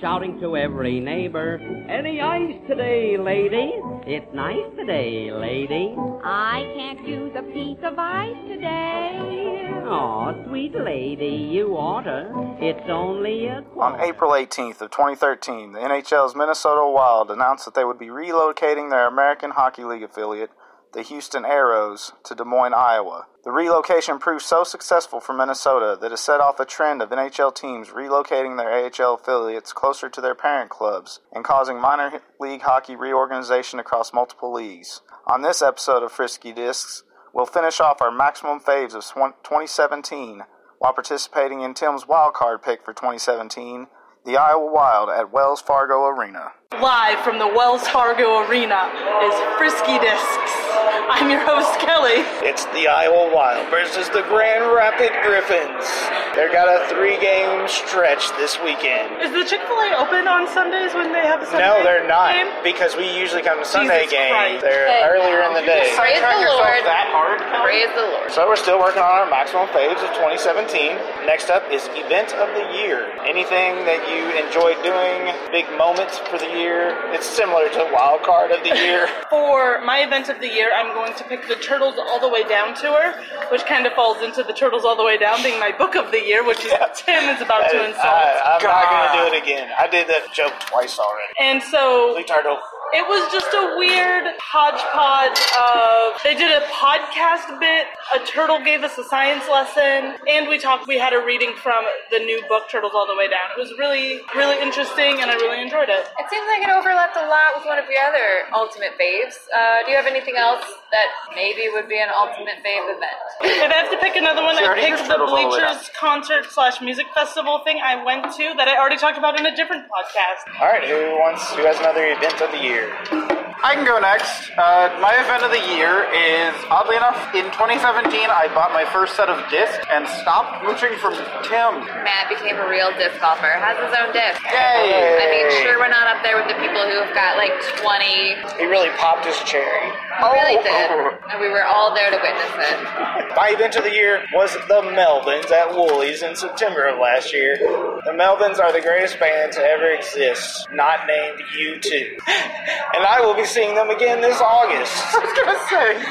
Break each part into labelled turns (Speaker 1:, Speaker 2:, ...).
Speaker 1: shouting to every neighbor, Any ice today, lady? It's nice today, lady.
Speaker 2: I can't use a piece of ice today.
Speaker 1: Aw, sweet lady, you oughta. It's only a
Speaker 3: On April 18th of 2013, the NHL's Minnesota Wild announced that they would be relocating their American Hockey League affiliate, the Houston Aeros, to Des Moines, Iowa. The relocation proved so successful for Minnesota that it set off a trend of NHL teams relocating their AHL affiliates closer to their parent clubs and causing minor league hockey reorganization across multiple leagues. On this episode of Frisky Discs, we'll finish off our maximum faves of swan- 2017 while participating in Tim's wildcard pick for 2017, the Iowa Wild at Wells Fargo Arena.
Speaker 4: Live from the Wells Fargo Arena is Frisky Discs. I'm your host, Kelly.
Speaker 5: It's the Iowa Wild versus the Grand Rapid Griffins. They got a three-game stretch this weekend.
Speaker 4: Is the Chick fil A open on Sundays when they have a Sunday
Speaker 5: No, they're not
Speaker 4: game?
Speaker 5: because we usually come to Sunday
Speaker 4: Jesus
Speaker 5: game.
Speaker 4: Christ.
Speaker 5: They're
Speaker 6: Okay.
Speaker 5: earlier in the day.
Speaker 6: Praise the Lord.
Speaker 5: that hard?
Speaker 6: Praise the Lord.
Speaker 5: So we're still working on our maximum faves of 2017. Next up is event of the year. Anything that you enjoy doing, big moments for the year. It's similar to wild card of the year.
Speaker 4: For my event of the year, I'm going to pick the Turtles All the Way Down tour, which kind of falls into the Turtles All the Way Down being my book of the year, which is Tim is about to
Speaker 5: I,
Speaker 4: insult.
Speaker 5: I'm not going to do it again. I did that joke twice already.
Speaker 4: and so
Speaker 5: Complete turtle.
Speaker 4: It was just a weird hodgepodge of they did a podcast bit, a turtle gave us a science lesson, and we talked we had a reading from the new book Turtles All the Way Down. It was really, really interesting and I really enjoyed it.
Speaker 6: It seems like it overlapped a lot with one of your other ultimate faves. Uh, do you have anything else that maybe would be an ultimate fave event?
Speaker 4: If I have to pick another one, I
Speaker 5: already did
Speaker 4: picked the
Speaker 5: Turtles All the Way Down.
Speaker 4: Bleachers concert slash music festival thing I went to that I already talked about in a different podcast.
Speaker 5: All right, who wants? Who has another event of the year?
Speaker 3: I can go next. Uh, my event of the year is, oddly enough, in 2017, I bought my first set of discs and stopped mooching from Tim.
Speaker 6: Matt became a real disc golfer. Has his own disc.
Speaker 3: Yay!
Speaker 6: I mean, sure, we're not up there with the people who've got like 20.
Speaker 5: He really popped his cherry.
Speaker 6: We
Speaker 5: Oh.
Speaker 6: really did. And we were all there to witness it.
Speaker 5: My event of the year was the Melvins at Woolies in September of last year. The Melvins are the greatest band to ever exist, not named U2. And I will be seeing them again this August.
Speaker 3: I was gonna say.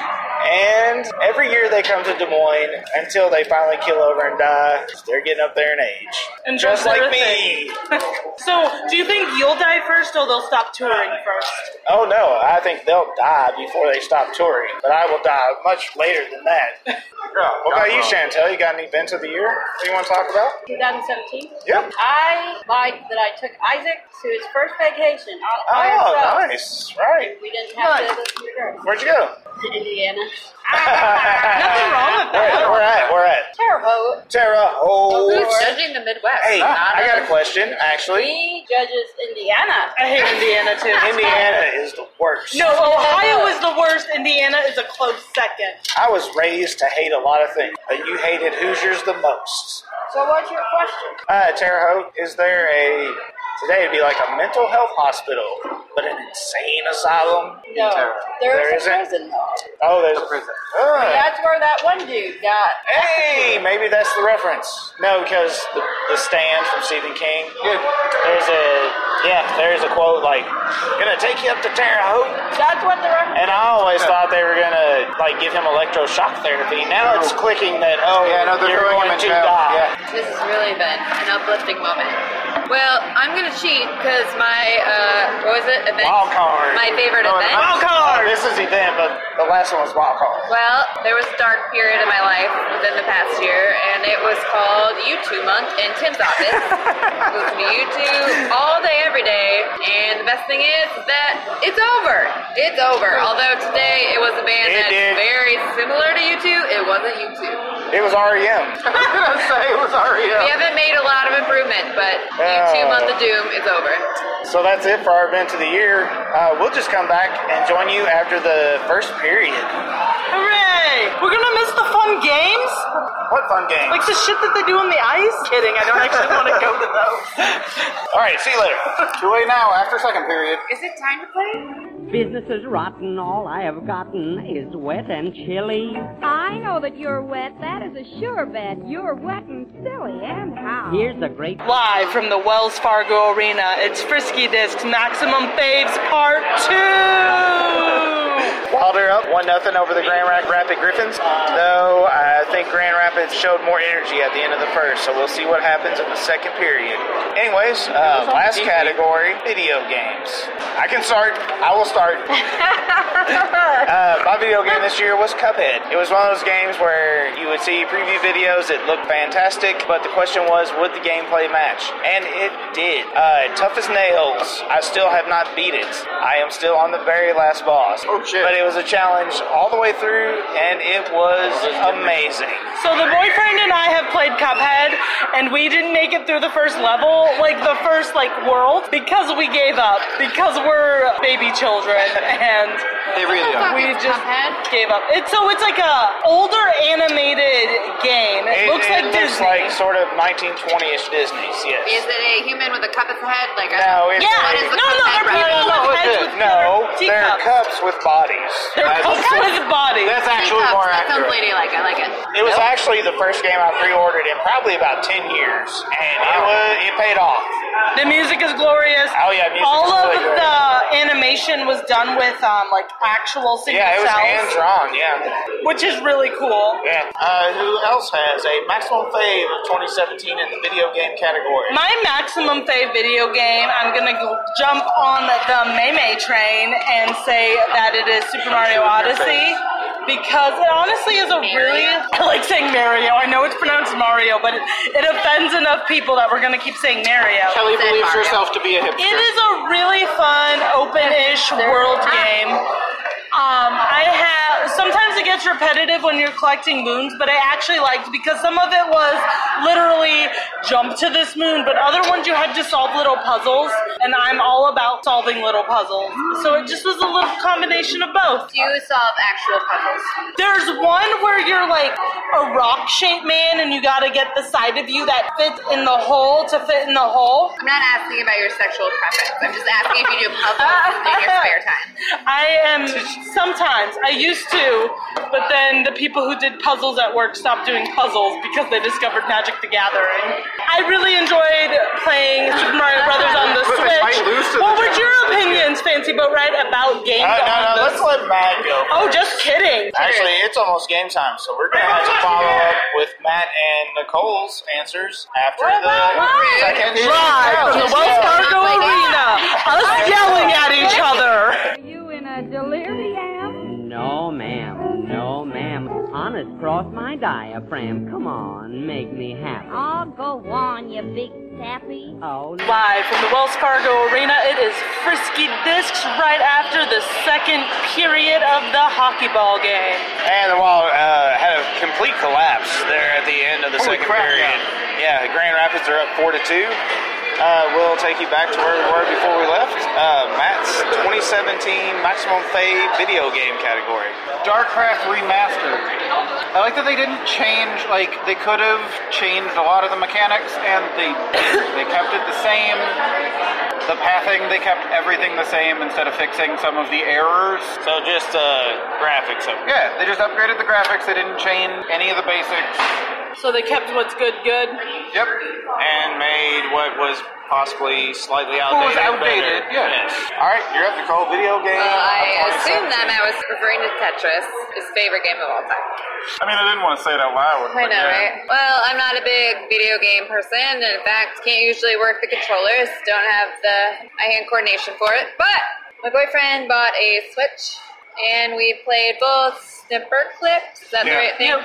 Speaker 5: And every year they come to Des Moines until they finally kill over and die. They're getting up there in age.
Speaker 4: And
Speaker 5: just
Speaker 4: that's
Speaker 5: like
Speaker 4: their
Speaker 5: me.
Speaker 4: So do you think you'll die first or they'll stop touring first?
Speaker 5: Oh no, I think they'll die before they stop touring, but I will die much later than that. What about you,
Speaker 3: Uh-huh.
Speaker 5: Chantel? You got an event of the year that you want to talk about?
Speaker 7: 2017.
Speaker 5: Yep.
Speaker 7: I liked that I took Isaac to his first vacation all by himself.
Speaker 5: Oh, nice. Right.
Speaker 7: We didn't have
Speaker 5: Nice.
Speaker 7: to listen to girls.
Speaker 5: Where'd you go?
Speaker 7: To Indiana.
Speaker 4: Nothing wrong with that.
Speaker 5: Where, we're at. We're at.
Speaker 7: Terre Haute.
Speaker 5: Terra
Speaker 6: Who's
Speaker 5: Haute.
Speaker 6: judging the Midwest?
Speaker 5: Hey,
Speaker 4: Ah.
Speaker 6: Not
Speaker 5: I got a
Speaker 6: us.
Speaker 5: question, actually.
Speaker 7: He judges Indiana.
Speaker 4: I hate Indiana too.
Speaker 5: Indiana is the worst.
Speaker 4: No, Ohio is the worst. Indiana is a close second.
Speaker 5: I was raised to hate a lot of things, but you hated Hoosiers the most.
Speaker 7: So what's your question?
Speaker 5: Uh, Terre Haute, is there a today it'd be like a mental health hospital, but an insane asylum?
Speaker 7: No, there,
Speaker 5: There
Speaker 7: there is a
Speaker 5: isn't?
Speaker 7: prison though.
Speaker 5: Oh, there's a prison.
Speaker 7: That's where that one dude got.
Speaker 5: Hey, maybe that's the reference. No, because the, the stand from Stephen King. There's a yeah, there's a quote like, "Gonna take you up to Terre Haute,"
Speaker 7: That's what the reference.
Speaker 5: and I always thought they were gonna like give him electroshock therapy. Now it's clicking that oh
Speaker 3: Yeah, no, they're
Speaker 5: you're
Speaker 3: throwing him in
Speaker 5: going to
Speaker 3: jail.
Speaker 5: die.
Speaker 3: Yeah.
Speaker 6: This has really been an uplifting moment. Well, I'm gonna cheat because my uh, what was it? Event.
Speaker 5: Wild card.
Speaker 6: My favorite
Speaker 5: No,
Speaker 6: event.
Speaker 5: Wild card. This is event, but the last one was wild card.
Speaker 6: Well, there was a dark period in my life within the past year, and it was called YouTube Month in Tim's office. Listen to YouTube all day, every day, and the best thing is that it's over. It's over. Although today it was a band
Speaker 5: It
Speaker 6: that's
Speaker 5: did.
Speaker 6: very similar to YouTube, it wasn't YouTube.
Speaker 5: It was E REM.
Speaker 3: I was gonna say it was E
Speaker 6: We
Speaker 3: REM.
Speaker 6: haven't made a lot of improvement, but
Speaker 5: Oh.
Speaker 6: YouTube Month of Doom is over.
Speaker 5: So that's it for our event of the year. Uh, we'll just come back and join you after the first period.
Speaker 4: Hooray! We're gonna miss the fun games,
Speaker 5: What fun game!
Speaker 4: like the shit that they do on the ice. Kidding, I don't actually want to go to those.
Speaker 5: All right, see you later.
Speaker 3: Too late now. After second period.
Speaker 6: Is it time to play?
Speaker 1: Business is rotten. All I have gotten is wet and chilly.
Speaker 2: I know that you're wet. That is a sure bet. You're wet and silly, and how?
Speaker 1: Here's the great
Speaker 4: Live from the Wells Fargo Arena, it's Frisky Discs Maximum Faves Part 2!
Speaker 5: Wilder up one nothing over the Grand Rap- Rapid Griffins. Though I think Grand Rapids showed more energy at the end of the first, so we'll see what happens in the second period. Anyways, uh, last category: video games. I can start. I will start. Uh, my video game this year was Cuphead. It was one of those games where you would see preview videos that looked fantastic, but the question was, would the gameplay match? And it did. Uh, tough as nails. I still have not beat it. I am still on the very last boss. Oh shit! But it was a challenge all the way through, and it was amazing.
Speaker 4: So the boyfriend and I have played Cuphead, and we didn't make it through the first level, like the first like world, because we gave up because we're baby children and
Speaker 8: They really are.
Speaker 4: we
Speaker 6: It's
Speaker 4: just
Speaker 6: Cuphead?
Speaker 4: gave up. It's so it's like a older animated game. It,
Speaker 5: It
Speaker 4: looks like
Speaker 5: it looks like
Speaker 4: Disney.
Speaker 5: sort of 1920ish Disney's. Yes.
Speaker 6: Is it a human with a cup at the head? Like
Speaker 5: No,
Speaker 6: a,
Speaker 5: it's
Speaker 4: yeah,
Speaker 5: What
Speaker 6: is the
Speaker 4: no, no, they're
Speaker 6: Cuphead
Speaker 4: people
Speaker 6: brand?
Speaker 4: with
Speaker 8: No,
Speaker 4: heads
Speaker 8: it's-
Speaker 4: with
Speaker 5: no,
Speaker 4: their
Speaker 5: they're
Speaker 4: teacups.
Speaker 5: cups with bodies.
Speaker 4: They're
Speaker 8: That's-
Speaker 4: cups with bodies.
Speaker 8: That's actually
Speaker 6: Teacups.
Speaker 8: more
Speaker 6: That sounds
Speaker 8: accurate.
Speaker 6: ladylike. I like it.
Speaker 5: It was actually the first game I pre-ordered in probably about ten years, and it was it paid off.
Speaker 4: The music is glorious.
Speaker 5: Oh, yeah, music's
Speaker 4: all of
Speaker 5: really great.
Speaker 4: the animation was done with um, like actual single
Speaker 5: Yeah, it was
Speaker 4: cells,
Speaker 5: hand drawn. Yeah,
Speaker 4: which is really cool.
Speaker 5: yeah. Uh, who else has a maximum fave of 2017 in the video game category?
Speaker 4: My maximum fave video game, I'm gonna go- jump on the Maymay train and say that it is Super Mario Odyssey because it honestly is a really I like saying Mario. I know it's pronounced Mario, but it, it offends enough people that we're gonna keep saying Mario.
Speaker 5: Kelly
Speaker 6: Said
Speaker 5: believes
Speaker 6: Mario.
Speaker 5: herself to be a hipster.
Speaker 4: It is a really fun, open-ish world game. Um, I have sometimes it gets repetitive when you're collecting moons, but I actually liked because some of it was literally jump to this moon, but other ones you had to solve little puzzles, and I'm all about solving little puzzles. So it just was a little combination of both.
Speaker 6: Do you solve actual puzzles?
Speaker 4: There's one where you're like a rock shaped man and you gotta get the side of you that fits in the hole to fit in the hole.
Speaker 6: I'm not asking about your sexual preference. I'm just asking if you do puzzles in your spare time.
Speaker 4: I am sometimes. I used to, but then the people who did puzzles at work stopped doing puzzles because they discovered Magic the Gathering. I really enjoyed playing Super Mario Brothers on the
Speaker 8: But they might lose
Speaker 4: Switch.
Speaker 8: to the
Speaker 4: What were
Speaker 8: Giants
Speaker 4: your
Speaker 8: this year.
Speaker 4: opinions, Fancy Boat Ride, about games
Speaker 5: Uh,
Speaker 4: on
Speaker 5: no, no.
Speaker 4: the
Speaker 5: Let's let Matt go.
Speaker 4: Oh, just kidding.
Speaker 5: Actually, it's almost game time, so we're gonna have to follow up with Matt and Nicole's answers after the second
Speaker 4: Live from the Wells Fargo Arena, us yelling at each other.
Speaker 2: Are you in a delirium?
Speaker 1: No, ma'am. No, ma'am. Honest, cross my diaphragm. Come on, make me happy.
Speaker 2: Oh, go on, you big sappy.
Speaker 1: Oh,
Speaker 4: Live from the Wells Fargo Arena, it is Frisky Discs right after the second period of the hockey ball game.
Speaker 5: And the Wild uh, had a complete collapse there at the end of the
Speaker 3: Holy
Speaker 5: second
Speaker 3: crap,
Speaker 5: period. Yeah. the Grand Rapids are up four to two. Uh, we'll take you back to where we were before we left. Uh, Matt's 2017 Maximum Fave video game category.
Speaker 8: Darkcraft Remastered. I like that they didn't change, like, they could have changed a lot of the mechanics, and they didn't. they kept it the same. The pathing, they kept everything the same instead of fixing some of the errors.
Speaker 5: So just uh, graphics of it.
Speaker 8: Yeah, they just upgraded the graphics, they didn't change any of the basics.
Speaker 4: So they kept what's good good.
Speaker 8: Yep.
Speaker 5: and made what was possibly slightly
Speaker 8: What was
Speaker 5: outdated.
Speaker 8: outdated,
Speaker 5: better.
Speaker 8: yeah.
Speaker 5: All right, you're up, Nicole. Video game. Uh,
Speaker 6: Well, Uh, I
Speaker 5: of
Speaker 6: assume
Speaker 5: 2017.
Speaker 6: that Matt was referring to Tetris, his favorite game of all time.
Speaker 8: I mean, I didn't want to say it out loud.
Speaker 6: I know, right? Well, I'm not a big video game person, and in fact, can't usually work the controllers. Don't have the my hand coordination for it. But my boyfriend bought a Switch, and we played both Snipper Clips. Is that the
Speaker 8: Yeah.
Speaker 6: right thing?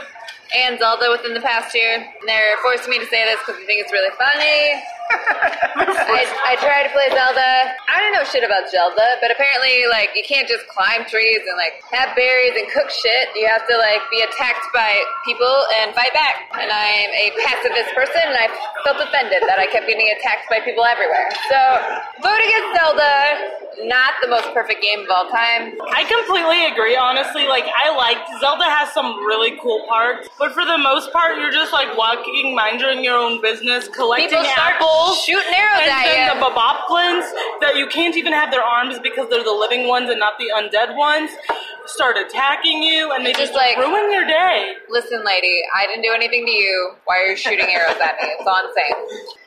Speaker 6: And Zelda within the past year. And They're forcing me to say this because they think it's really funny. I, I tried to play Zelda. I don't know shit about Zelda, but apparently, like, you can't just climb trees and, like, have berries and cook shit. You have to, like, be attacked by people and fight back. And I'm a pacifist person, and I felt offended that I kept getting attacked by people everywhere. So, vote against Zelda. Not the most perfect game of all time.
Speaker 4: I completely agree, honestly. Like, I liked Zelda has some really cool parts, part. But for the most part, you're just like walking, minding your own business, collecting
Speaker 6: People start
Speaker 4: apples,
Speaker 6: shooting arrows
Speaker 4: and
Speaker 6: at
Speaker 4: then
Speaker 6: you.
Speaker 4: the baboplins that you can't even have their arms because they're the living ones and not the undead ones start attacking you, and they
Speaker 6: Just
Speaker 4: just,
Speaker 6: like-
Speaker 4: ruin your day.
Speaker 6: Listen, lady, I didn't do anything to you. Why are you shooting arrows at me? It's on safe.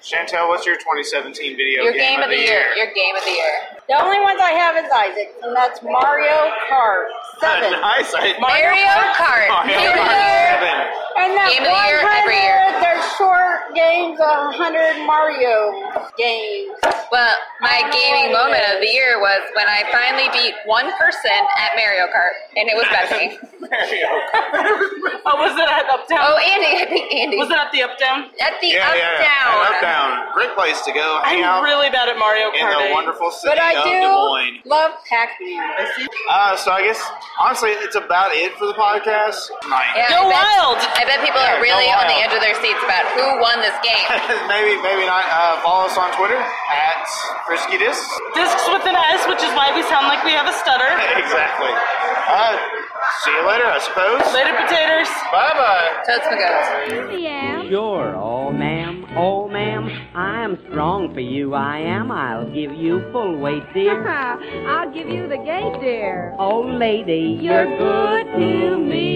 Speaker 5: Chantel, what's your 2017 video
Speaker 6: Your
Speaker 5: game,
Speaker 6: game of the year. Your game of the year.
Speaker 7: The only ones I have is Isaac, and that's Mario Kart 7.
Speaker 5: nice. I-
Speaker 6: Mario Kart.
Speaker 5: Mario
Speaker 6: Game
Speaker 5: Kart
Speaker 6: of the year.
Speaker 5: seven.
Speaker 7: And that
Speaker 6: Game of the
Speaker 7: one
Speaker 6: year, every
Speaker 7: hundred,
Speaker 6: year.
Speaker 7: they're short games, a hundred Mario games.
Speaker 6: Well, my gaming moment of the year was when I finally beat one person at Mario Kart, and it was Bethany.
Speaker 5: Mario Kart.
Speaker 4: Oh, was it at Uptown?
Speaker 6: Oh, Andy, I beat Andy.
Speaker 4: Was it at the Uptown?
Speaker 5: Oh,
Speaker 6: At the
Speaker 5: Yeah,
Speaker 6: up
Speaker 5: yeah,
Speaker 6: down.
Speaker 5: yeah. Up down. Great place to go. Hang
Speaker 4: I'm
Speaker 5: out
Speaker 4: really bad at Mario
Speaker 5: in the
Speaker 4: Kart. eh?
Speaker 5: wonderful city
Speaker 7: But I
Speaker 5: of Des Moines.
Speaker 7: do love Pac-Man.
Speaker 5: Uh, so I guess honestly, it's about it for the podcast.
Speaker 6: Yeah,
Speaker 4: Go
Speaker 6: I bet,
Speaker 4: wild.
Speaker 6: I bet people
Speaker 5: Yeah,
Speaker 6: are
Speaker 5: go
Speaker 6: really on the
Speaker 5: wild.
Speaker 6: edge of their seats about who won this game.
Speaker 5: maybe, maybe not. Uh, follow us on Twitter at Frisky Discs.
Speaker 4: Discs with an S, which is why we sound like we have a stutter.
Speaker 5: exactly. Uh, see you later, I suppose.
Speaker 4: Later, potatoes.
Speaker 5: Bye bye.
Speaker 6: Toads McGoats.
Speaker 2: Yeah.
Speaker 1: Sure, oh ma'am, oh ma'am, I'm strong for you, I am. I'll give you full weight, dear.
Speaker 2: I'll give you the gate, dear.
Speaker 1: Oh lady,
Speaker 2: You're good to me.